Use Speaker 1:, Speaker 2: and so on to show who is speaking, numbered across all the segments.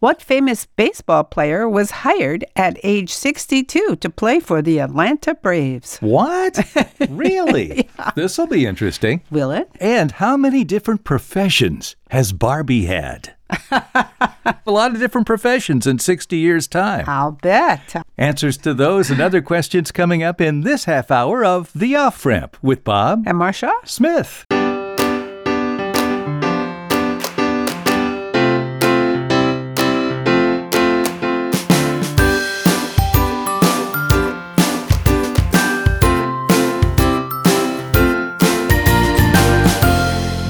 Speaker 1: What famous baseball player was hired at age 62 to play for the Atlanta Braves?
Speaker 2: What? really? This will be interesting.
Speaker 1: Will it?
Speaker 2: And how many different professions has Barbie had? a lot of different professions in 60 years' time.
Speaker 1: I'll bet.
Speaker 2: Answers to those and other questions coming up in this half hour of The Off Ramp with Bob
Speaker 1: And Marsha?
Speaker 2: Smith.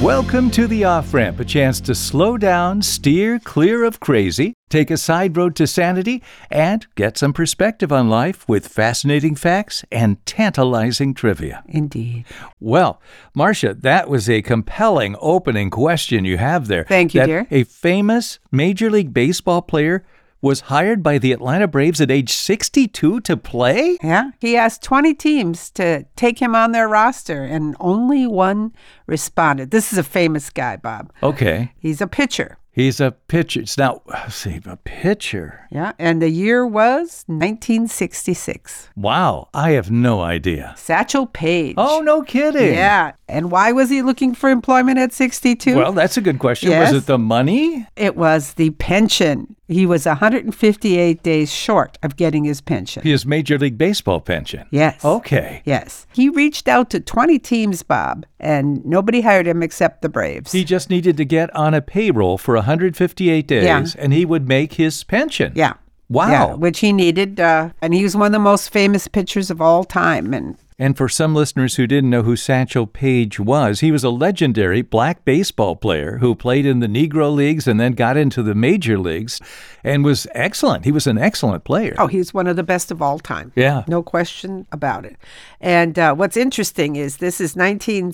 Speaker 2: Welcome to the off ramp, a chance to slow down, steer clear of crazy, take a side road to sanity, and get some perspective on life with fascinating facts and tantalizing trivia.
Speaker 1: Indeed.
Speaker 2: Well, Marcia, that was a compelling opening question you have there.
Speaker 1: Thank you,
Speaker 2: That
Speaker 1: dear.
Speaker 2: A famous Major League Baseball player was hired by the Atlanta Braves at age 62 to play?
Speaker 1: Yeah. He asked 20 teams to take him on their roster, and only one responded. This is a famous guy, Bob.
Speaker 2: Okay.
Speaker 1: He's a pitcher.
Speaker 2: He's a pitcher. It's now, see, a pitcher.
Speaker 1: Yeah. And the year was 1966.
Speaker 2: Wow, I have no idea.
Speaker 1: Satchel Paige.
Speaker 2: Oh, no kidding.
Speaker 1: Yeah. And why was he looking for employment at 62?
Speaker 2: Well, that's a good question.
Speaker 1: Yes.
Speaker 2: Was it the money?
Speaker 1: It was the pension. He was 158 days short of getting his pension.
Speaker 2: His Major League Baseball pension.
Speaker 1: Yes.
Speaker 2: Okay.
Speaker 1: Yes. He reached out to 20 teams, Bob, and nobody hired him except the Braves.
Speaker 2: He just needed to get on a payroll for 158 days
Speaker 1: Yeah.
Speaker 2: and he would make his pension.
Speaker 1: yeah.
Speaker 2: Wow.
Speaker 1: Yeah, which he needed. Uh, and he was one of the most famous pitchers of all time. And
Speaker 2: And for some listeners who didn't know who Satchel Paige was, he was a legendary black baseball player who played in the Negro Leagues and then got into the major leagues and was excellent. He was an excellent player.
Speaker 1: oh, he's one of the best of all time.
Speaker 2: Yeah.
Speaker 1: No question about it. And uh, what's interesting is this is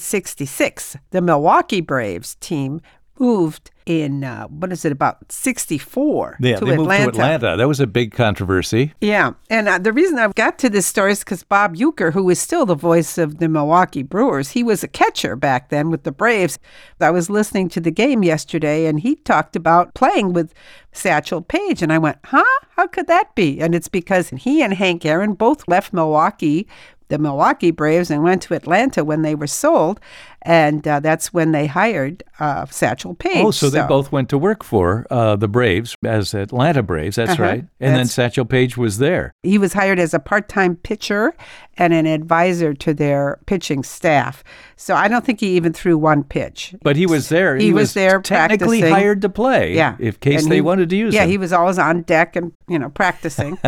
Speaker 1: 1966. The Milwaukee Braves team moved in, uh, what is it, about 64
Speaker 2: Yeah,
Speaker 1: to
Speaker 2: they moved
Speaker 1: Atlanta.
Speaker 2: to Atlanta. That was a big controversy.
Speaker 1: Yeah. And uh, the reason I've got to this story is because Bob Euchre, who is still the voice of the Milwaukee Brewers, he was a catcher back then with the Braves. I was listening to the game yesterday and he talked about playing with Satchel Paige. And I went, huh? How could that be? And it's because he and Hank Aaron both left Milwaukee. The Milwaukee Braves and went to Atlanta when they were sold, and uh, that's when they hired uh, Satchel Paige.
Speaker 2: Oh, so they both went to work for uh, the Braves as Atlanta Braves. That's
Speaker 1: Uh-huh.
Speaker 2: right. And then
Speaker 1: That's-
Speaker 2: Satchel Paige was there.
Speaker 1: He was hired as a part time pitcher and an advisor to their pitching staff. So I don't think he even threw one pitch.
Speaker 2: But he was there.
Speaker 1: He was there
Speaker 2: technically
Speaker 1: practicing.
Speaker 2: hired to play.
Speaker 1: Yeah.
Speaker 2: If case
Speaker 1: And
Speaker 2: they
Speaker 1: he-
Speaker 2: wanted to use
Speaker 1: Yeah,
Speaker 2: him.
Speaker 1: he was always on deck and, you know, practicing.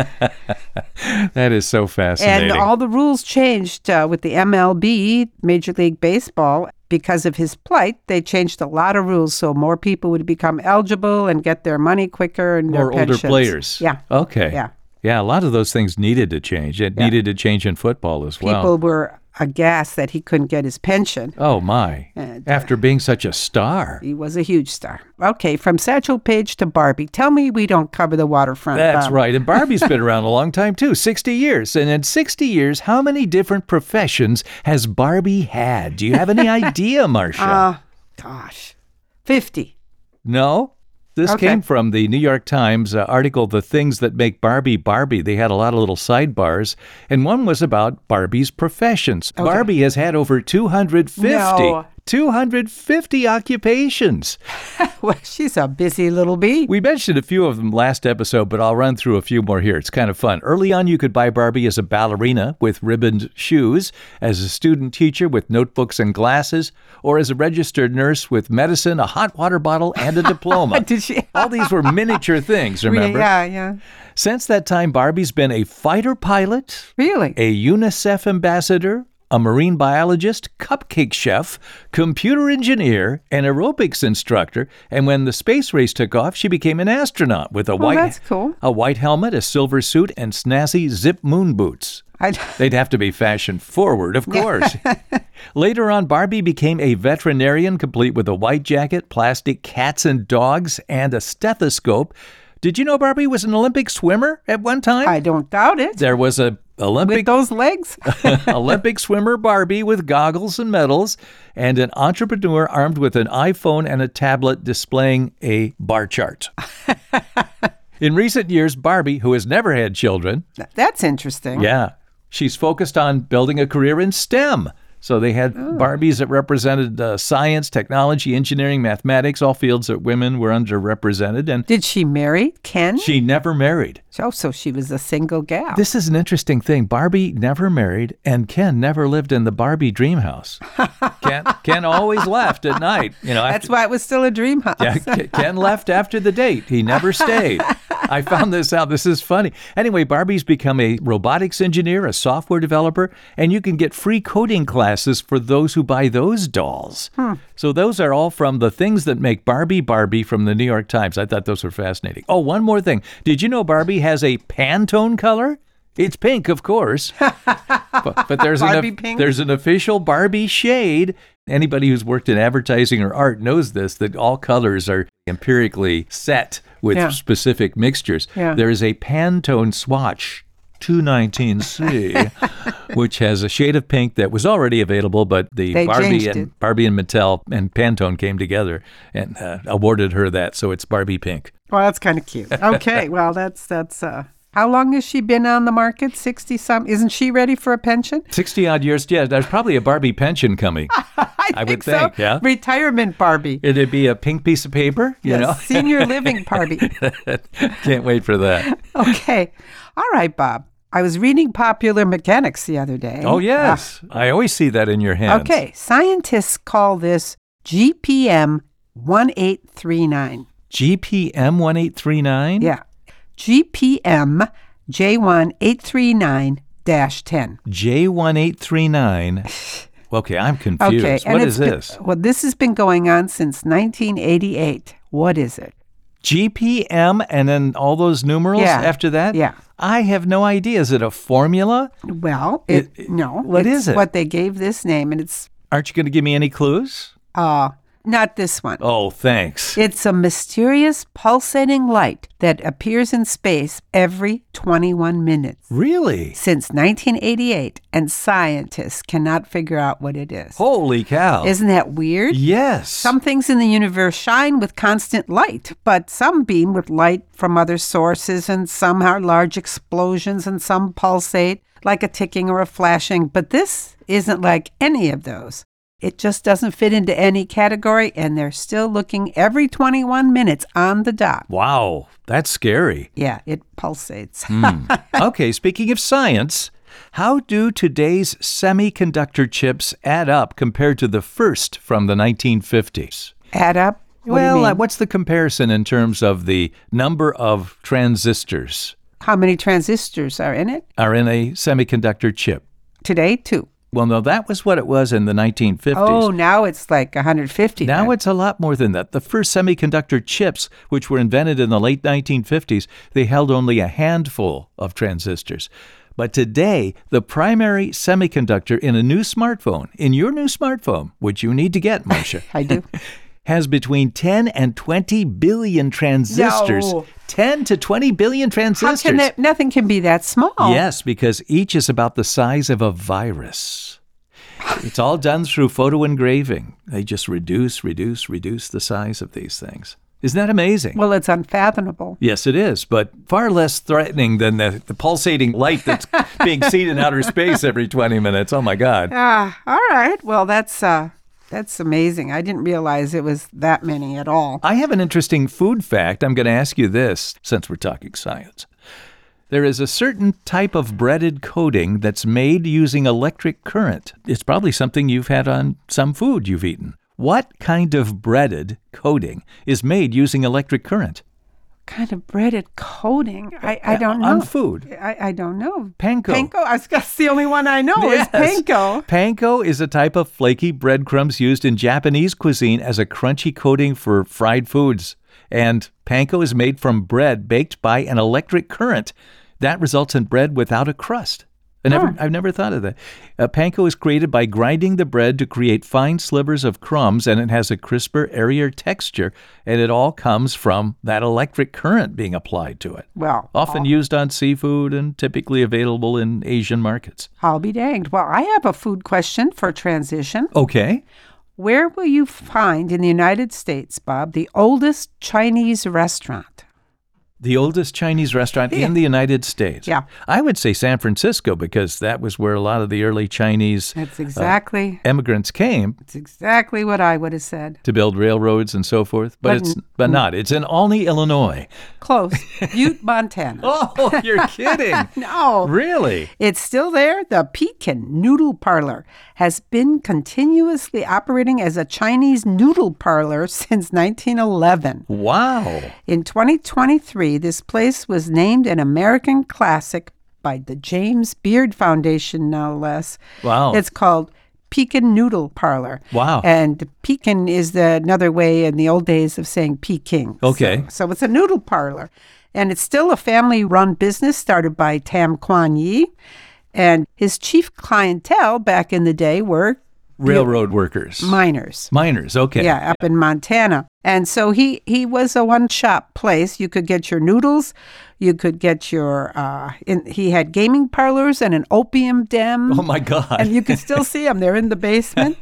Speaker 2: that is so fascinating.
Speaker 1: and all the rules changed uh, with the MLB, Major League Baseball. Because of his plight, they changed a lot of rules so more people would become eligible and get their money quicker and their
Speaker 2: more older
Speaker 1: pensions.
Speaker 2: players.
Speaker 1: Yeah.
Speaker 2: Okay.
Speaker 1: Yeah.
Speaker 2: Yeah, a lot of those things needed to change. It needed to change in football as well.
Speaker 1: People were aghast that he couldn't get his pension.
Speaker 2: oh my.
Speaker 1: And, uh,
Speaker 2: After being such a star.
Speaker 1: He was a huge star. Okay, from Satchel Paige to Barbie. Tell me we don't cover the waterfront. Um,
Speaker 2: That's
Speaker 1: Bob.
Speaker 2: right. And Barbie's been around a long time too, 60 years. And in 60 years, how many different professions has Barbie had? Do you have any idea, Marcia?
Speaker 1: oh, Gosh. 50.
Speaker 2: No. This
Speaker 1: Okay.
Speaker 2: came from the New York Times uh, article, The Things That Make Barbie Barbie. They had a lot of little sidebars, and one was about Barbie's professions. Barbie has had over 250.
Speaker 1: No.
Speaker 2: 250 occupations.
Speaker 1: well, she's a busy little bee.
Speaker 2: We mentioned a few of them last episode, but I'll run through a few more here. It's kind of fun. Early on, you could buy Barbie as a ballerina with ribboned shoes, as a student teacher with notebooks and glasses, or as a registered nurse with medicine, a hot water bottle, and a diploma.
Speaker 1: Did she?
Speaker 2: All these were miniature things, remember?
Speaker 1: Yeah, yeah.
Speaker 2: Since that time, Barbie's been a fighter pilot,
Speaker 1: Really?
Speaker 2: a UNICEF ambassador, a marine biologist, cupcake chef, computer engineer, an aerobics instructor, and when the space race took off, she became an astronaut with a
Speaker 1: Well,
Speaker 2: white
Speaker 1: Oh, that's cool.
Speaker 2: a white helmet, a silver suit, and snazzy zip moon boots.
Speaker 1: I,
Speaker 2: They'd have to be fashion forward, of course. Later on, Barbie became a veterinarian, complete with a white jacket, plastic cats and dogs, and a stethoscope. Did you know Barbie was an Olympic swimmer at one time?
Speaker 1: I don't doubt it.
Speaker 2: there was a
Speaker 1: With
Speaker 2: Olympic
Speaker 1: those legs?
Speaker 2: Olympic swimmer Barbie with goggles and medals, and an entrepreneur armed with an iPhone and a tablet displaying a bar chart. In recent years, Barbie, who has never had children,
Speaker 1: That's interesting.
Speaker 2: yeah, she's focused on building a career in STEM. So they had Barbies that represented uh, science, technology, engineering, mathematics, all fields that women were underrepresented, and
Speaker 1: Did she marry Ken?
Speaker 2: she never married.
Speaker 1: oh, so she was a single gal.
Speaker 2: This is an interesting thing. Barbie never married, and Ken never lived in the Barbie dream house. Ken, Ken always left at night. You know,
Speaker 1: That's why it was still a dream house.
Speaker 2: yeah, Ke- Ken left after the date. He never stayed. I found this out. This is funny. Anyway, Barbie's become a robotics engineer, a software developer, and you can get free coding classes for those who buy those dolls. So those are all from the things that make Barbie Barbie from the New York Times. I thought those were fascinating. Oh, one more thing. Did you know Barbie has a Pantone color? It's pink, of course. But, but there's
Speaker 1: Barbie
Speaker 2: an
Speaker 1: pink?
Speaker 2: there's an official Barbie shade. Anybody who's worked in advertising or art knows this that all colors are empirically set with
Speaker 1: Yeah.
Speaker 2: specific mixtures.
Speaker 1: Yeah.
Speaker 2: There is a Pantone swatch 219C which has a shade of pink that was already available but the
Speaker 1: They
Speaker 2: Barbie
Speaker 1: changed
Speaker 2: and
Speaker 1: it.
Speaker 2: Barbie and Mattel and Pantone came together and uh, awarded her that so it's Barbie pink.
Speaker 1: Well, that's kind of cute. Okay, well, that's that's uh how long has she been on the market? 60 some. Isn't she ready for a pension?
Speaker 2: 60 odd years. Yeah, there's probably a Barbie pension coming.
Speaker 1: I,
Speaker 2: I would
Speaker 1: think
Speaker 2: think,
Speaker 1: so.
Speaker 2: yeah.
Speaker 1: Retirement Barbie.
Speaker 2: It'd be a pink piece of paper, you
Speaker 1: Yes,
Speaker 2: know.
Speaker 1: senior living Barbie.
Speaker 2: Can't wait for that.
Speaker 1: Okay. All right, Bob. I was reading Popular Mechanics the other day. Ah,
Speaker 2: Oh, yes. I always see that in your hands.
Speaker 1: Okay. Scientists call this GPM 1839.
Speaker 2: Mm-hmm. GPM 1839?
Speaker 1: Yeah. GPM J1839 10.
Speaker 2: J1839. Okay, I'm confused.
Speaker 1: Okay.
Speaker 2: what
Speaker 1: it's
Speaker 2: is
Speaker 1: been-
Speaker 2: this?
Speaker 1: well, this has been going on since 1988. What is it?
Speaker 2: GPM and then all those numerals
Speaker 1: Yeah.
Speaker 2: after that?
Speaker 1: Yeah.
Speaker 2: I have no idea. Is it a formula?
Speaker 1: Well, it,
Speaker 2: It-
Speaker 1: no.
Speaker 2: what
Speaker 1: it's
Speaker 2: is it?
Speaker 1: What they gave this name, and it's
Speaker 2: Aren't you going to give me any clues?
Speaker 1: uh, not this one.
Speaker 2: Oh, thanks.
Speaker 1: It's a mysterious pulsating light that appears in space every 21 minutes
Speaker 2: really?
Speaker 1: since 1988, and scientists cannot figure out what it is.
Speaker 2: Holy cow.
Speaker 1: Isn't that weird?
Speaker 2: yes.
Speaker 1: Some things in the universe shine with constant light, but some beam with light from other sources, and some are large explosions, and some pulsate like a ticking or a flashing. But this isn't like any of those. It just doesn't fit into any category, and they're still looking every 21 minutes on the dot.
Speaker 2: wow. That's scary.
Speaker 1: Yeah, it pulsates.
Speaker 2: okay, speaking of science, how do today's semiconductor chips add up compared to the first from the 1950s?
Speaker 1: Add up. What do you
Speaker 2: well, uh,
Speaker 1: mean?
Speaker 2: what's the comparison in terms of the number of transistors
Speaker 1: how many transistors are in it?
Speaker 2: are in a semiconductor chip?
Speaker 1: Today, two.
Speaker 2: Well, no, that was what it was in the 1950s.
Speaker 1: Oh, now it's like 150.
Speaker 2: Now
Speaker 1: then.
Speaker 2: it's a lot more than that. The first semiconductor chips, which were invented in the late 1950s, they held only a handful of transistors. But today, the primary semiconductor in a new smartphone, in your new smartphone, which you need to get, Marcia,
Speaker 1: I do.
Speaker 2: has between 10 and 20 billion transistors.
Speaker 1: No.
Speaker 2: 10 to 20 billion
Speaker 1: How
Speaker 2: transistors.
Speaker 1: can that? Nothing can be that small.
Speaker 2: Yes, because each is about the size of a virus. It's all done through photo engraving. They just reduce, reduce, reduce the size of these things. Isn't that amazing?
Speaker 1: Well, it's unfathomable.
Speaker 2: yes, it is, but far less threatening than the, the pulsating light that's being seen in outer space every 20 minutes. Oh my God.
Speaker 1: Ah, all right. Well, that's uh, that's amazing. I didn't realize it was that many at all.
Speaker 2: I have an interesting food fact. I'm going to ask you this since we're talking science. There is a certain type of breaded coating that's made using electric current. It's probably something you've had on some food you've eaten. What kind of breaded coating is made using electric current
Speaker 1: Kind of breaded coating. I, I don't know.
Speaker 2: on food?
Speaker 1: I, I don't know.
Speaker 2: Panko.
Speaker 1: Panko. I was- That's the only one I know is
Speaker 2: Yes.
Speaker 1: Oh, panko.
Speaker 2: Panko is a type of flaky breadcrumbs used in Japanese cuisine as a crunchy coating for fried foods. And panko is made from bread baked by an electric current. That results in bread without a crust. I never, I've never thought of that. Uh, panko is created by grinding the bread to create fine slivers of crumbs, and it has a crisper, airier texture, and it all comes from that electric current being applied to it.
Speaker 1: Well,
Speaker 2: Often used on seafood and typically available in Asian markets.
Speaker 1: I'll be danged. Well, I have a food question for transition.
Speaker 2: Oh. Okay.
Speaker 1: Where will you find in the United States, Bob, the oldest Chinese restaurant?
Speaker 2: The oldest Chinese restaurant in the United States.
Speaker 1: Yeah.
Speaker 2: I would say San Francisco because that was where a lot of the early Chinese
Speaker 1: That's exactly.
Speaker 2: immigrants came
Speaker 1: It's exactly what I would have said.
Speaker 2: to build railroads and so forth.
Speaker 1: But
Speaker 2: But, it's but not. It's in Olney, Illinois.
Speaker 1: Close. Butte, Montana.
Speaker 2: Oh, you're kidding.
Speaker 1: No.
Speaker 2: Really?
Speaker 1: It's still there. The Pekin Noodle Parlor has been continuously operating as a Chinese noodle parlor since 1911.
Speaker 2: Wow.
Speaker 1: In 2023, this place was named an American classic by the James Beard Foundation, no less.
Speaker 2: Wow.
Speaker 1: It's called Pekin Noodle Parlor.
Speaker 2: Wow.
Speaker 1: And Pekin is the, another way in the old days of saying Peking.
Speaker 2: Okay.
Speaker 1: So, so it's a noodle parlor. And it's still a family run business started by Tam Quan Yi. And his chief clientele back in the day were
Speaker 2: Railroad workers.
Speaker 1: miners.
Speaker 2: Miners. Okay.
Speaker 1: Yeah, up in Montana. And so he, he was a one shop place. You could get your noodles, you could get your. Uh, in, he had gaming parlors and an opium den,
Speaker 2: Oh my God.
Speaker 1: and uh, you can still see them. They're in the basement.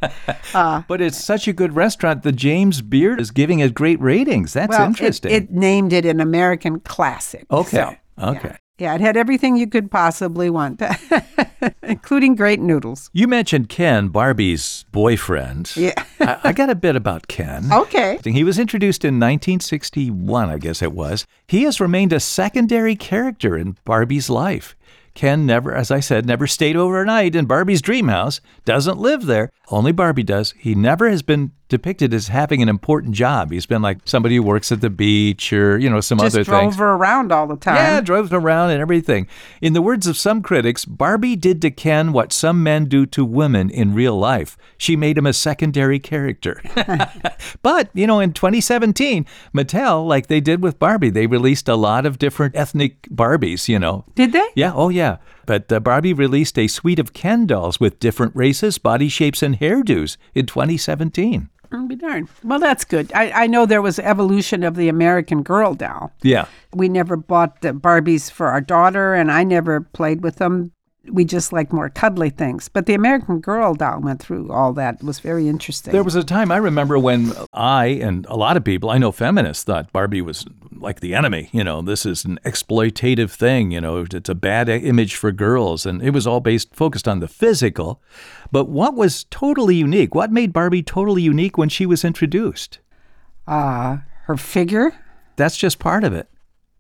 Speaker 2: but it's such a good restaurant. The James Beard is giving it great ratings. That's
Speaker 1: Well, it-
Speaker 2: interesting.
Speaker 1: It, named it an American classic. so,
Speaker 2: okay. okay.
Speaker 1: yeah, it had everything you could possibly want, including great noodles.
Speaker 2: You mentioned Ken, Barbie's boyfriend.
Speaker 1: Yeah.
Speaker 2: I, I got a bit about Ken.
Speaker 1: Okay.
Speaker 2: He was introduced in 1961, I guess it was. He has remained a secondary character in Barbie's life. Ken never, as I said, never stayed overnight in Barbie's dream house, doesn't live there. Only Barbie does. He never has been depicted as having an important job. He's been like somebody who works at the beach or, you know, some
Speaker 1: Just
Speaker 2: other
Speaker 1: drove
Speaker 2: things.
Speaker 1: her around all the time.
Speaker 2: Yeah, drove him around and everything. In the words of some critics, Barbie did to Ken what some men do to women in real life. She made him a secondary character. but, you know, in 2017, Mattel, like they did with Barbie, they released a lot of different ethnic Barbies, you know.
Speaker 1: Did they?
Speaker 2: Yeah, oh yeah. But uh, Barbie released a suite of Ken dolls with different races, body shapes, and hairdos in 2017.
Speaker 1: I'll be darned. Well, that's good. I, I know there was evolution of the American Girl doll.
Speaker 2: Yeah.
Speaker 1: We never bought the Barbies for our daughter, and I never played with them. We just like more cuddly things. But the American Girl doll went through all that. It was very interesting.
Speaker 2: There was a time I remember when I and a lot of people, I know feminists, thought Barbie was like the enemy. You know, this is an exploitative thing. You know, it's a bad i- image for girls. And it was all based, focused on the physical. But what was totally unique? What made Barbie totally unique when she was introduced?
Speaker 1: uh, her figure.
Speaker 2: That's just part of it.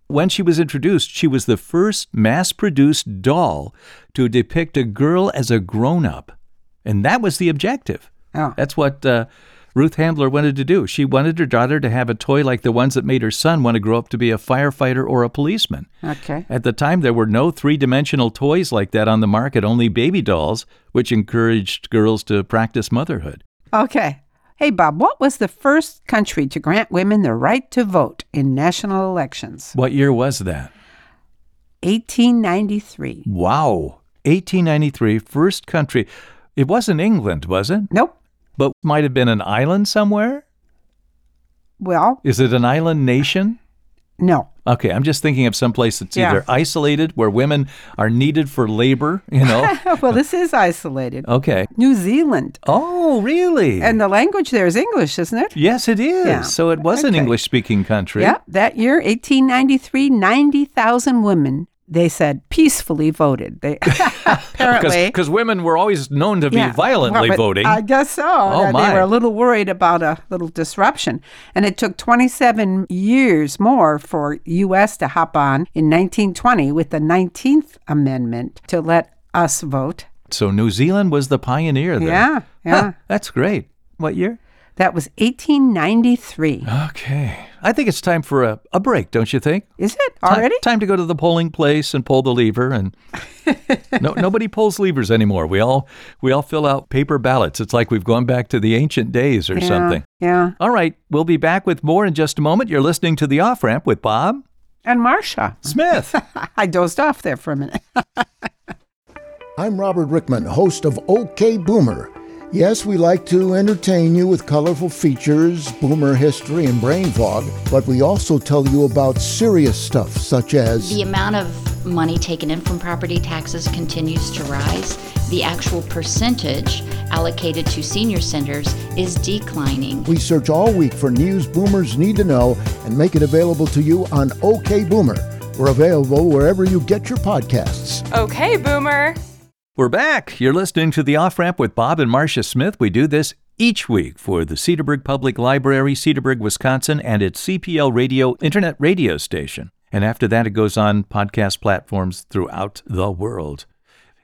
Speaker 2: When she was introduced, she was the first mass produced doll to depict a girl as a grown up. And that was the objective.
Speaker 1: Oh,
Speaker 2: That's what uh, Ruth Handler wanted to do. She wanted her daughter to have a toy like the ones that made her son want to grow up to be a firefighter or a policeman.
Speaker 1: okay.
Speaker 2: At the time, there were no three dimensional toys like that on the market, only baby dolls, which encouraged girls to practice motherhood.
Speaker 1: Okay. Hey, Bob, what was the first country to grant women the right to vote in national elections?
Speaker 2: What year was that?
Speaker 1: 1893.
Speaker 2: Wow. 1893, first country. It wasn't England, was it?
Speaker 1: Nope.
Speaker 2: But might have been an island somewhere?
Speaker 1: Well,
Speaker 2: Is it an island nation?
Speaker 1: no.
Speaker 2: Okay, I'm just thinking of some place that's
Speaker 1: Yeah.
Speaker 2: either isolated where women are needed for labor, you know.
Speaker 1: well, this is isolated.
Speaker 2: okay.
Speaker 1: New Zealand.
Speaker 2: Oh, really?
Speaker 1: And the language there is English, isn't it?
Speaker 2: yes, it is.
Speaker 1: Yeah.
Speaker 2: So it was an
Speaker 1: Okay.
Speaker 2: English speaking country.
Speaker 1: Yep. That year, 1893, 90,000 women, they said, peacefully voted. They apparently.
Speaker 2: Because women were always known to be
Speaker 1: Yeah. Well,
Speaker 2: violently
Speaker 1: but uh,
Speaker 2: voting.
Speaker 1: I guess so.
Speaker 2: Oh,
Speaker 1: They-
Speaker 2: my.
Speaker 1: They were a little worried about a little disruption. And it took 27 years more for U.S. to hop on in 1920 with the 19th Amendment to let us vote.
Speaker 2: so New Zealand was the pioneer there.
Speaker 1: Yeah, yeah.
Speaker 2: Huh, that's great. What year?
Speaker 1: That was 1893.
Speaker 2: Okay. I think it's time for a, a break, don't you think?
Speaker 1: Is it
Speaker 2: Ti-
Speaker 1: already?
Speaker 2: Time to go to the polling place and pull the lever and no, nobody pulls levers anymore. We all we all fill out paper ballots. It's like we've gone back to the ancient days or
Speaker 1: Yeah,
Speaker 2: something.
Speaker 1: Yeah.
Speaker 2: All right, we'll be back with more in just a moment. You're listening to the off ramp with Bob
Speaker 1: And Marcia.
Speaker 2: Smith.
Speaker 1: I dozed off there for a minute.
Speaker 3: I'm Robert Rickman, host of OK Boomer. Yes, we like to entertain you with colorful features, boomer history, and brain fog, but we also tell you about serious stuff such as
Speaker 4: The amount of money taken in from property taxes continues to rise. The actual percentage allocated to senior centers is declining.
Speaker 3: We search all week for news boomers need to know and make it available to you on OK Boomer. We're available wherever you get your podcasts.
Speaker 5: Okay, Boomer.
Speaker 2: We're back. You're listening to The Off Ramp with Bob and Marcia Smith. We do this each week for the Cedarburg Public Library, Cedarburg, Wisconsin, and its CPL Radio internet radio station. And after that, it goes on podcast platforms throughout the world.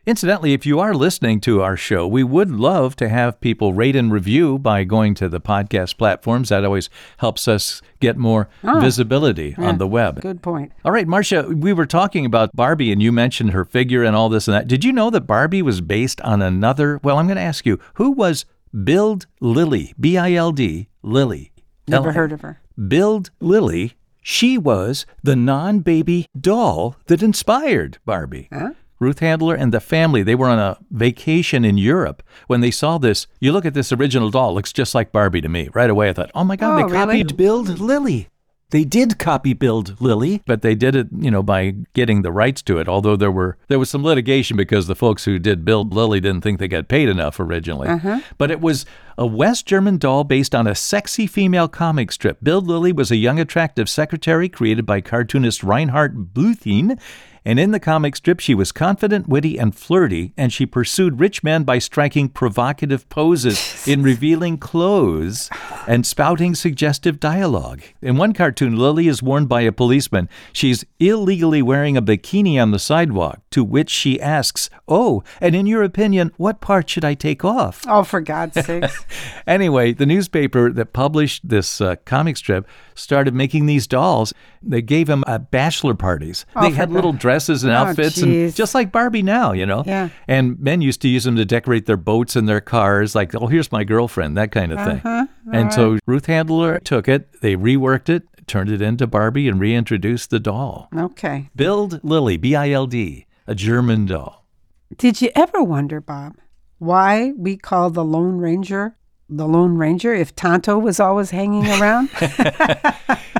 Speaker 2: Incidentally, if you are listening to our show, we would love to have people rate and review by going to the podcast platforms. That always helps us get more
Speaker 1: Ah.
Speaker 2: visibility on
Speaker 1: Yeah,
Speaker 2: the web.
Speaker 1: Good point.
Speaker 2: All right, Marcia, we were talking about Barbie and you mentioned her figure and all this and that. Did you know that Barbie was based on another? Well, I'm going to ask you, who was Build Lily? B I L D, Lily.
Speaker 1: Never
Speaker 2: L-
Speaker 1: heard of her.
Speaker 2: Build Lily. She was the non baby doll that inspired Barbie.
Speaker 1: Huh?
Speaker 2: Ruth Handler and the family, they were on a vacation in Europe when they saw this. You look at this original doll, looks just like Barbie to me. Right away, I thought, oh my God,
Speaker 1: Oh,
Speaker 2: they
Speaker 1: really?
Speaker 2: copied Build Lily. They did copy Build Lily, but they did it, you know, by getting the rights to it. Although there were there was some litigation because the folks who did Build Lily didn't think they got paid enough originally.
Speaker 1: Uh-huh.
Speaker 2: But it was a West German doll based on a sexy female comic strip. Build Lily was a young attractive secretary created by cartoonist Reinhard Bluthien and in the comic strip, she was confident, witty, and flirty, and she pursued rich men by striking provocative poses in revealing clothes and spouting suggestive dialogue. In one cartoon, Lily is warned by a policeman she's illegally wearing a bikini on the sidewalk, to which she asks, Oh, and in your opinion, what part should I take off?
Speaker 1: Oh, for God's sakes.
Speaker 2: Anyway, the newspaper that published this uh, comic strip started making these dolls. They gave them uh, bachelor parties.
Speaker 1: Oh,
Speaker 2: they
Speaker 1: for
Speaker 2: had
Speaker 1: God.
Speaker 2: little dresses and
Speaker 1: Oh,
Speaker 2: outfits, and
Speaker 1: geez.
Speaker 2: just like Barbie now, you know.
Speaker 1: Yeah.
Speaker 2: And men used to use them to decorate their boats and their cars, like, oh, here's my girlfriend, that kind of thing.
Speaker 1: Uh-huh.
Speaker 2: And so Ruth Handler took it. They reworked it, turned it into Barbie, and reintroduced the doll.
Speaker 1: Okay.
Speaker 2: Build Lily, B-I-L-D, a German doll.
Speaker 1: Did you ever wonder, Bob, why we call the Lone Ranger the Lone Ranger if Tonto was always hanging around?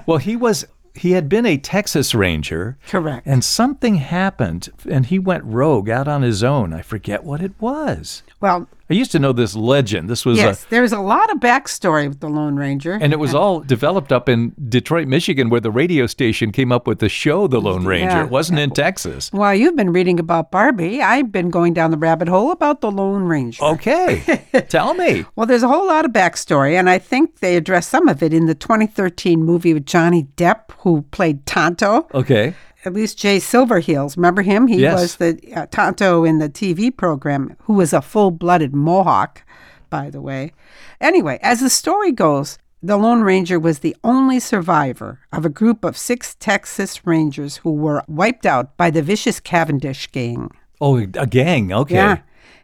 Speaker 2: Well, he was. He had been a Texas Ranger,
Speaker 1: Correct.
Speaker 2: And something happened, and he went rogue out on his own. I forget what it was.
Speaker 1: Well,
Speaker 2: I used to know this legend. This was
Speaker 1: yes, there's a lot of backstory with the Lone Ranger.
Speaker 2: a, and it was all developed up in Detroit, Michigan, where the radio station came up with the show The Lone Ranger.
Speaker 1: Yeah.
Speaker 2: It wasn't in Texas.
Speaker 1: While you've been reading about Barbie, I've been going down the rabbit hole about the Lone Ranger.
Speaker 2: Oh. Okay, tell me.
Speaker 1: Well, there's a whole lot of backstory, and I think they address some of it in the 2013 movie with Johnny Depp, who played Tonto.
Speaker 2: Okay,
Speaker 1: At least Jay Silverheels, remember him? He
Speaker 2: Yes.
Speaker 1: was the uh, Tonto in the TV program, who was a full blooded Mohawk, by the way. Anyway, as the story goes, the Lone Ranger was the only survivor of a group of six Texas Rangers who were wiped out by the vicious Cavendish gang.
Speaker 2: oh, a gang. Okay,
Speaker 1: Yeah.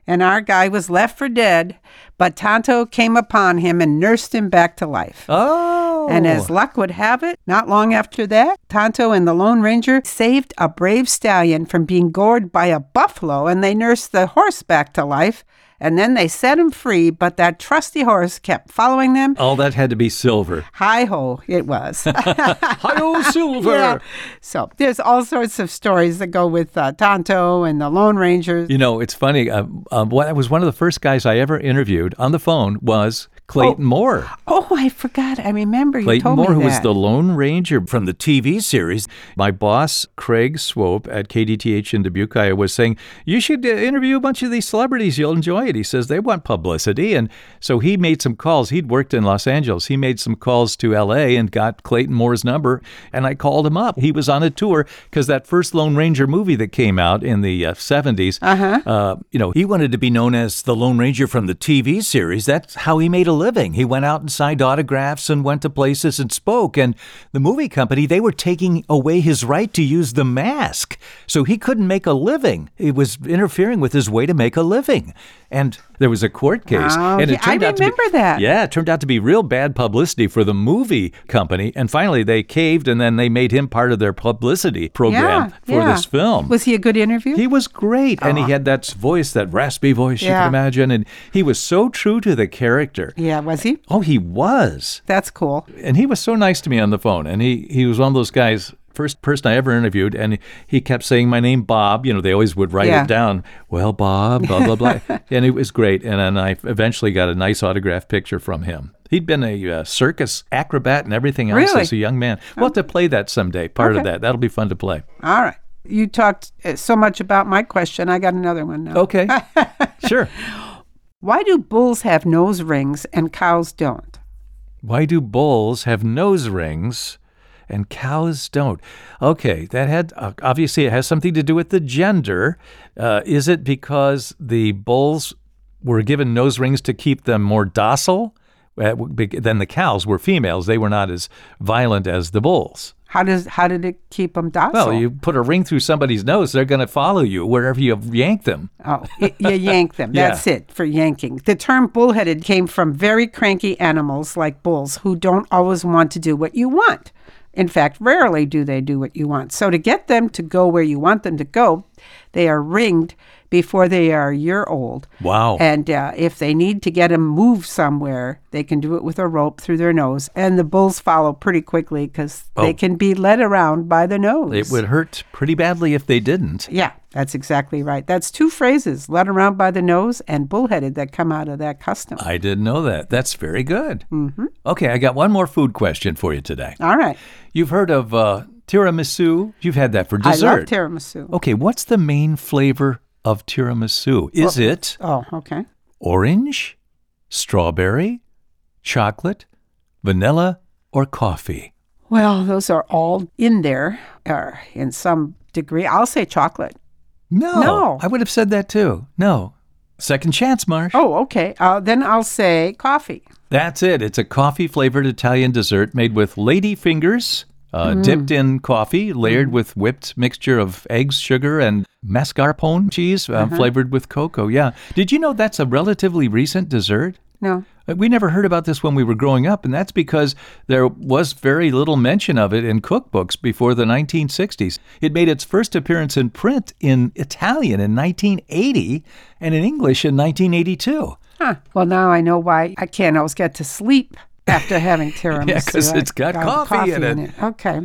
Speaker 1: And our guy was left for dead, but Tonto came upon him and nursed him back to life.
Speaker 2: oh,
Speaker 1: And as luck would have it, not long after that, Tonto and the Lone Ranger saved a brave stallion from being gored by a buffalo and they nursed the horse back to life. And then they set him free, but that trusty horse kept following them.
Speaker 2: all that had to be silver.
Speaker 1: Hi ho, it was.
Speaker 2: Hi-yo, silver.
Speaker 1: Yeah. So there's all sorts of stories that go with uh, Tonto and the Lone Ranger.
Speaker 2: You know, it's funny. Um, um, what, I was one of the first guys I ever interviewed on the phone was Clayton Moore.
Speaker 1: Oh, I forgot. I remember you
Speaker 2: Clayton
Speaker 1: told
Speaker 2: Moore,
Speaker 1: me
Speaker 2: who was
Speaker 1: that.
Speaker 2: the Lone Ranger from the TV series. My boss, Craig Swope at KDTH in Dubuque, Iowa, was saying, You should uh, interview a bunch of these celebrities. You'll enjoy it. He says they want publicity. And so he made some calls. He'd worked in Los Angeles. He made some calls to LA and got Clayton Moore's number. And I called him up. He was on a tour because that first Lone Ranger movie that came out in the uh, 70s, uh-huh. you know, he wanted to be known as the Lone Ranger from the TV series. That's how he made a living. He went out and signed autographs and went to places and spoke. And the movie company, they were taking away his right to use the mask. So he couldn't make a living. It was interfering with his way to make a living. And There was a court case,
Speaker 1: Oh,
Speaker 2: and
Speaker 1: yeah,
Speaker 2: it
Speaker 1: I
Speaker 2: turned out to
Speaker 1: remember
Speaker 2: be,
Speaker 1: that.
Speaker 2: Yeah, it turned out to be real bad publicity for the movie company, and finally they caved, and then they made him part of their publicity program for
Speaker 1: yeah.
Speaker 2: this film.
Speaker 1: Was he a good interview?
Speaker 2: He was great, and he had that voice, that raspy voice you
Speaker 1: Oh. Yeah.
Speaker 2: can imagine, and he was so true to the character.
Speaker 1: yeah, was he?
Speaker 2: Oh, he was,
Speaker 1: That's cool.
Speaker 2: and he was so nice to me on the phone, and he he was one of those guys. First person I ever interviewed, and he kept saying my name, Bob. You know, they always would write
Speaker 1: Yeah.
Speaker 2: it down. Well, Bob, blah blah blah, and it was great. And then I eventually got a nice autograph picture from him. He'd been a uh, circus acrobat and everything else
Speaker 1: Really? Oh.
Speaker 2: as a young man. We'll have to play that someday. Part of that. That'll be fun to play.
Speaker 1: All right. You talked uh, so much about my question. I got another one now.
Speaker 2: Okay, sure.
Speaker 1: Why do bulls have nose rings and cows don't?
Speaker 2: Why do bulls have nose rings and cows don't? Okay, that had uh, obviously it has something to do with the gender. Uh, is it because the bulls were given nose rings to keep them more docile? Uh, be- Then the cows were females; they were not as violent as the bulls.
Speaker 1: How does how did it keep them docile?
Speaker 2: Well, you put a ring through somebody's nose; they're going to follow you wherever you yank them.
Speaker 1: Oh, y- you yank them.
Speaker 2: Yeah.
Speaker 1: That's it for yanking. The term bullheaded came from very cranky animals like bulls who don't always want to do what you want. In fact, rarely do they do what you want. So, to get them to go where you want them to go, they are ringed before they are a year old.
Speaker 2: Wow.
Speaker 1: And uh, if they need to get them moved somewhere, they can do it with a rope through their nose. And the bulls follow pretty quickly because they can be led around by the nose.
Speaker 2: It Oh. would hurt pretty badly if they didn't.
Speaker 1: Yeah, that's exactly right. That's two phrases, led around by the nose and bullheaded, that come out of that custom.
Speaker 2: I didn't know that. That's very good. Mm-hmm. Okay, I got one more food question for you today.
Speaker 1: All right.
Speaker 2: You've heard of uh, tiramisu. You've had that for dessert.
Speaker 1: I love tiramisu. Oh,
Speaker 2: Okay, what's the main flavor of tiramisu? Is it
Speaker 1: Oh, okay.
Speaker 2: orange, strawberry, chocolate, vanilla, or coffee?
Speaker 1: Well, those are all in there or in some degree. I'll say chocolate.
Speaker 2: No,
Speaker 1: No.
Speaker 2: I would have said that too. No. Second chance, Marsh.
Speaker 1: Oh, okay. Uh, then I'll say coffee.
Speaker 2: That's it. It's a coffee flavored Italian dessert made with lady fingers, uh, dipped in coffee, layered with whipped mixture of eggs, sugar, and mascarpone cheese, uh, flavored with cocoa. Yeah. Did you know that's a relatively recent dessert?
Speaker 1: No.
Speaker 2: Uh, We never heard about this when we were growing up, and that's because there was very little mention of it in cookbooks before the 1960s. It made its first appearance in print in Italian in 1980 and in English in 1982.
Speaker 1: Huh. Well, now I know why I can't always get to sleep after having tiramisu.
Speaker 2: 'cause
Speaker 1: I-
Speaker 2: it's got coffee in it.
Speaker 1: Okay.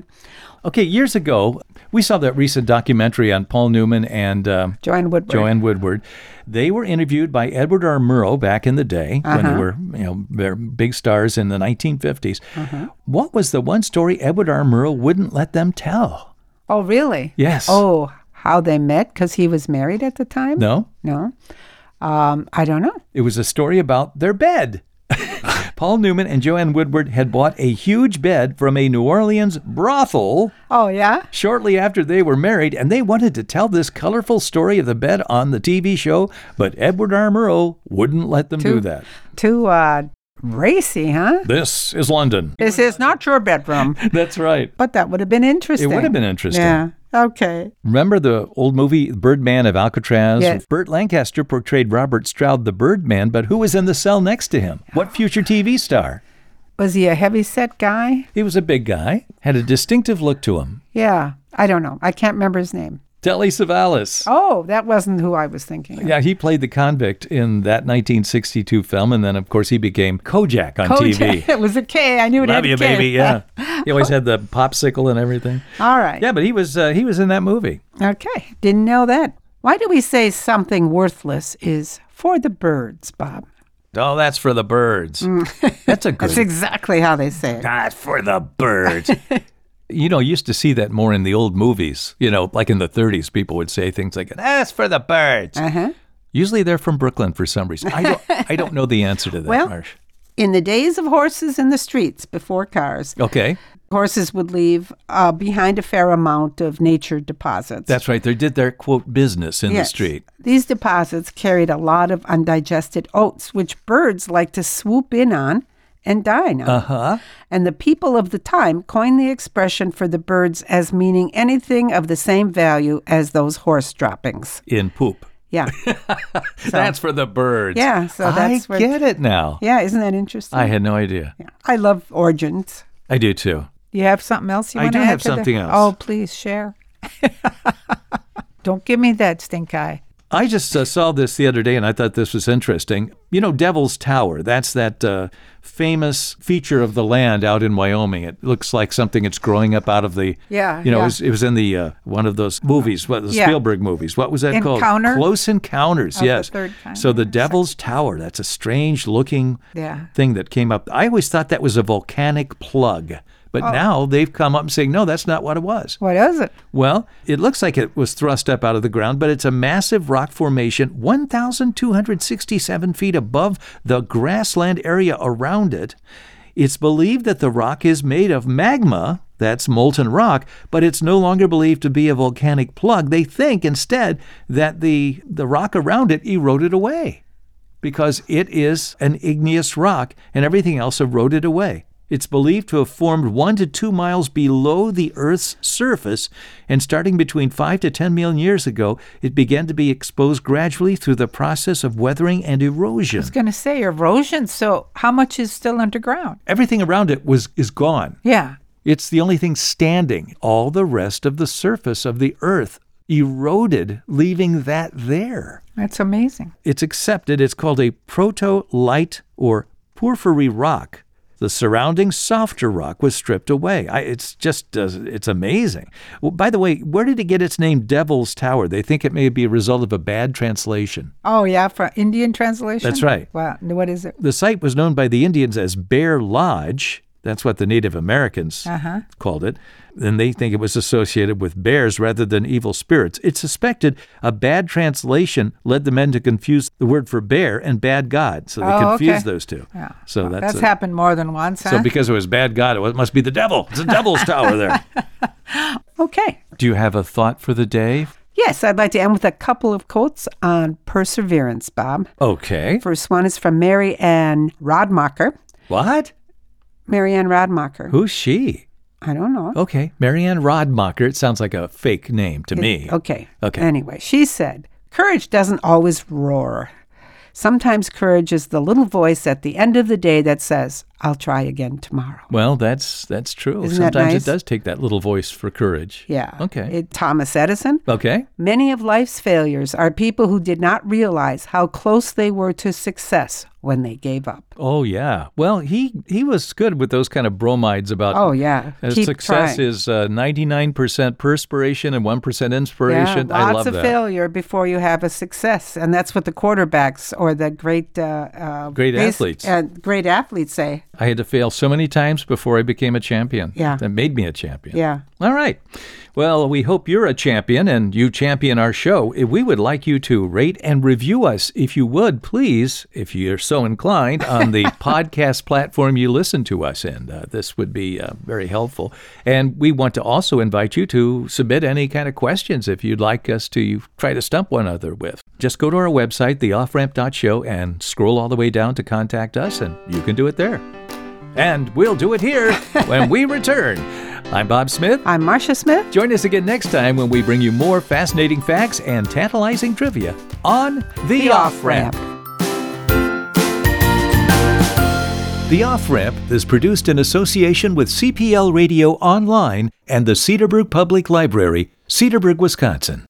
Speaker 2: Okay, years ago, we saw that recent documentary on Paul Newman and um,
Speaker 1: Joanne Woodward.
Speaker 2: Joanne Woodward. They were interviewed by Edward R. Murrow back in the day when
Speaker 1: Uh-huh.
Speaker 2: they were, you know, they're big stars in the 1950s.
Speaker 1: Uh-huh.
Speaker 2: What was the one story Edward R. Murrow wouldn't let them tell?
Speaker 1: Oh, really?
Speaker 2: Yes.
Speaker 1: Oh, how they met? Because he was married at the time?
Speaker 2: No,
Speaker 1: No. Um, I don't know.
Speaker 2: it was a story about their bed. Paul Newman and Joanne Woodward had bought a huge bed from a New Orleans brothel
Speaker 1: Oh, yeah?
Speaker 2: shortly after they were married, and they wanted to tell this colorful story of the bed on the TV show, but Edward R. Murrow wouldn't let them do that.
Speaker 1: Too uh, racy, huh?
Speaker 2: This is London.
Speaker 1: This is not your bedroom.
Speaker 2: That's right.
Speaker 1: But that would have been interesting.
Speaker 2: have been interesting.
Speaker 1: Yeah. Okay.
Speaker 2: Remember the old movie Birdman of Alcatraz?
Speaker 1: Yes.
Speaker 2: Burt Lancaster portrayed Robert Stroud the Birdman, but who was in the cell next to him? What future TV star?
Speaker 1: Was he a heavy set guy?
Speaker 2: He was a big guy, had a distinctive look to him.
Speaker 1: Yeah. I don't know. I can't remember his name.
Speaker 2: Telly Savalas.
Speaker 1: Oh, that wasn't who I was thinking. of.
Speaker 2: Yeah, he played the convict in that 1962 film, and then of course he became Kojak on TV.
Speaker 1: Kojak. Oh, it was a K. I knew it
Speaker 2: Love
Speaker 1: had a
Speaker 2: you,
Speaker 1: K.
Speaker 2: baby. Yeah, he always had the popsicle and everything.
Speaker 1: All right.
Speaker 2: Yeah, but he was uh, he was in that movie.
Speaker 1: Okay. Didn't know that. Why do we say something worthless is for the birds, Bob?
Speaker 2: Oh, that's for the birds.
Speaker 1: Mm.
Speaker 2: That's a good.
Speaker 1: That's exactly how they say it.
Speaker 2: That's for the birds. you know, you used to see that more in the old movies. You know, like in the 30s, people would say things like, "That's for the birds."
Speaker 1: Uh huh.
Speaker 2: Usually, they're from Brooklyn for some reason. I don't I don't know the answer to that,
Speaker 1: Well-
Speaker 2: Marsh.
Speaker 1: In the days of horses in the streets before cars,
Speaker 2: Okay,
Speaker 1: horses would leave uh, behind a fair amount of nature deposits.
Speaker 2: that's right. They did their quote business in
Speaker 1: Yes.
Speaker 2: the street.
Speaker 1: These deposits carried a lot of undigested oats, which birds like to swoop in on and dine on.
Speaker 2: Uh huh.
Speaker 1: And the people of the time coined the expression for the birds as meaning anything of the same value as those horse droppings.
Speaker 2: In poop.
Speaker 1: Yeah.
Speaker 2: That's for the birds.
Speaker 1: Yeah, so that's
Speaker 2: I
Speaker 1: what-
Speaker 2: get it now.
Speaker 1: Yeah, isn't that interesting?
Speaker 2: I had no idea.
Speaker 1: yeah. I love origins.
Speaker 2: I do too.
Speaker 1: You have something else you
Speaker 2: I
Speaker 1: want to
Speaker 2: do
Speaker 1: add
Speaker 2: have
Speaker 1: to the-
Speaker 2: something else.
Speaker 1: Oh, please share. Don't give me that stink eye.
Speaker 2: I just uh, saw this the other day and I thought this was interesting. You know, Devil's Tower, that's that uh, famous feature of the land out in Wyoming. It looks like something that's growing up out of the.
Speaker 1: Yeah,
Speaker 2: You know,
Speaker 1: yeah.
Speaker 2: It, was, it was in the uh, one of those movies, what, the
Speaker 1: Yeah.
Speaker 2: Spielberg movies. What was that
Speaker 1: Encounter?
Speaker 2: called? Close Encounters,
Speaker 1: Of the
Speaker 2: yes.
Speaker 1: third kind
Speaker 2: so the
Speaker 1: or
Speaker 2: Devil's Tower, that's a strange looking
Speaker 1: Yeah.
Speaker 2: thing that came up. I always thought that was a volcanic plug, but
Speaker 1: Oh.
Speaker 2: now they've come up and saying, no, that's not what it was.
Speaker 1: What is it?
Speaker 2: Well, it looks like it was thrust up out of the ground, but it's a massive rock formation 1,267 feet above the grassland area around it. It's believed that the rock is made of magma, that's molten rock, but it's no longer believed to be a volcanic plug. They think instead that the, the rock around it eroded away because it is an igneous rock and everything else eroded away. It's believed to have formed one to two miles below the Earth's surface, and starting between five to ten million years ago, it began to be exposed gradually through the process of weathering and erosion.
Speaker 1: I was going to say erosion. So, how much is still underground?
Speaker 2: Everything around it was is gone.
Speaker 1: Yeah.
Speaker 2: It's the only thing standing. All the rest of the surface of the Earth eroded, leaving that there.
Speaker 1: That's amazing.
Speaker 2: It's accepted. It's called a proto-lite or porphyry rock. The surrounding softer rock was stripped away. I, it's just, uh, it's amazing. Well, by the way, where did it get its name, Devil's Tower? They think it may be a result of a bad translation.
Speaker 1: Oh, yeah, from Indian translation?
Speaker 2: That's right.
Speaker 1: Wow. What is it?
Speaker 2: The site was known by the Indians as Bear Lodge. That's what the Native Americans
Speaker 1: Uh-huh.
Speaker 2: called it. And they think it was associated with bears rather than evil spirits. It's suspected a bad translation led the men to confuse the word for bear and bad God. So they
Speaker 1: Oh, okay.
Speaker 2: confused those two.
Speaker 1: Yeah.
Speaker 2: So
Speaker 1: Well,
Speaker 2: that's,
Speaker 1: that's
Speaker 2: a-
Speaker 1: happened more than once, huh?
Speaker 2: So because it was bad God, it was- must be the devil. It's a devil's tower there.
Speaker 1: okay.
Speaker 2: Do you have a thought for the day?
Speaker 1: Yes, I'd like to end with a couple of quotes on perseverance, Bob.
Speaker 2: Okay.
Speaker 1: First one is from Mary Ann Rodmacher.
Speaker 2: What?
Speaker 1: Mary Ann Rodmacher.
Speaker 2: Who's she?
Speaker 1: I don't know.
Speaker 2: Okay. Marianne Rodmacher. It sounds like a fake name to me.
Speaker 1: Okay.
Speaker 2: Okay.
Speaker 1: Anyway, she said, courage doesn't always roar. Sometimes courage is the little voice at the end of the day that says, I'll try again tomorrow.
Speaker 2: Well, that's that's true.
Speaker 1: Isn't that
Speaker 2: Sometimes
Speaker 1: nice?
Speaker 2: it does take that little voice for courage.
Speaker 1: Yeah.
Speaker 2: Okay.
Speaker 1: It, Thomas Edison.
Speaker 2: okay.
Speaker 1: Many of life's failures are people who did not realize how close they were to success when they gave up.
Speaker 2: Oh yeah. Well, he he was good with those kind of bromides about.
Speaker 1: Oh, yeah.
Speaker 2: uh,
Speaker 1: Keep
Speaker 2: success
Speaker 1: trying.
Speaker 2: is uh, 99% perspiration and 1% inspiration.
Speaker 1: Yeah,
Speaker 2: I
Speaker 1: lots
Speaker 2: love
Speaker 1: of
Speaker 2: that.
Speaker 1: failure before you have a success, and that's what the quarterbacks or the great uh, uh,
Speaker 2: Great athletes.
Speaker 1: and great athletes say.
Speaker 2: I had to fail so many times before I became a champion.
Speaker 1: Yeah.
Speaker 2: That made me a champion.
Speaker 1: Yeah.
Speaker 2: All right. Well, we hope you're a champion and you champion our show. If We would like you to rate and review us, if you would, please, if you're so inclined, on the podcast platform you listen to us in. Uh, this would be uh, very helpful. And we want to also invite you to submit any kind of questions if you'd like us to try to stump one another with. Just go to our website, theofframp.show, and scroll all the way down to contact us, and you can do it there. And we'll do it here when we return. I'm Bob Smith.
Speaker 1: I'm Marcia Smith.
Speaker 2: Join us again next time when we bring you more fascinating facts and tantalizing trivia on The, Off Ramp. The Off Ramp is produced in association with CPL Radio Online and the Cedarbrook Public Library, Cedarbrook, Wisconsin.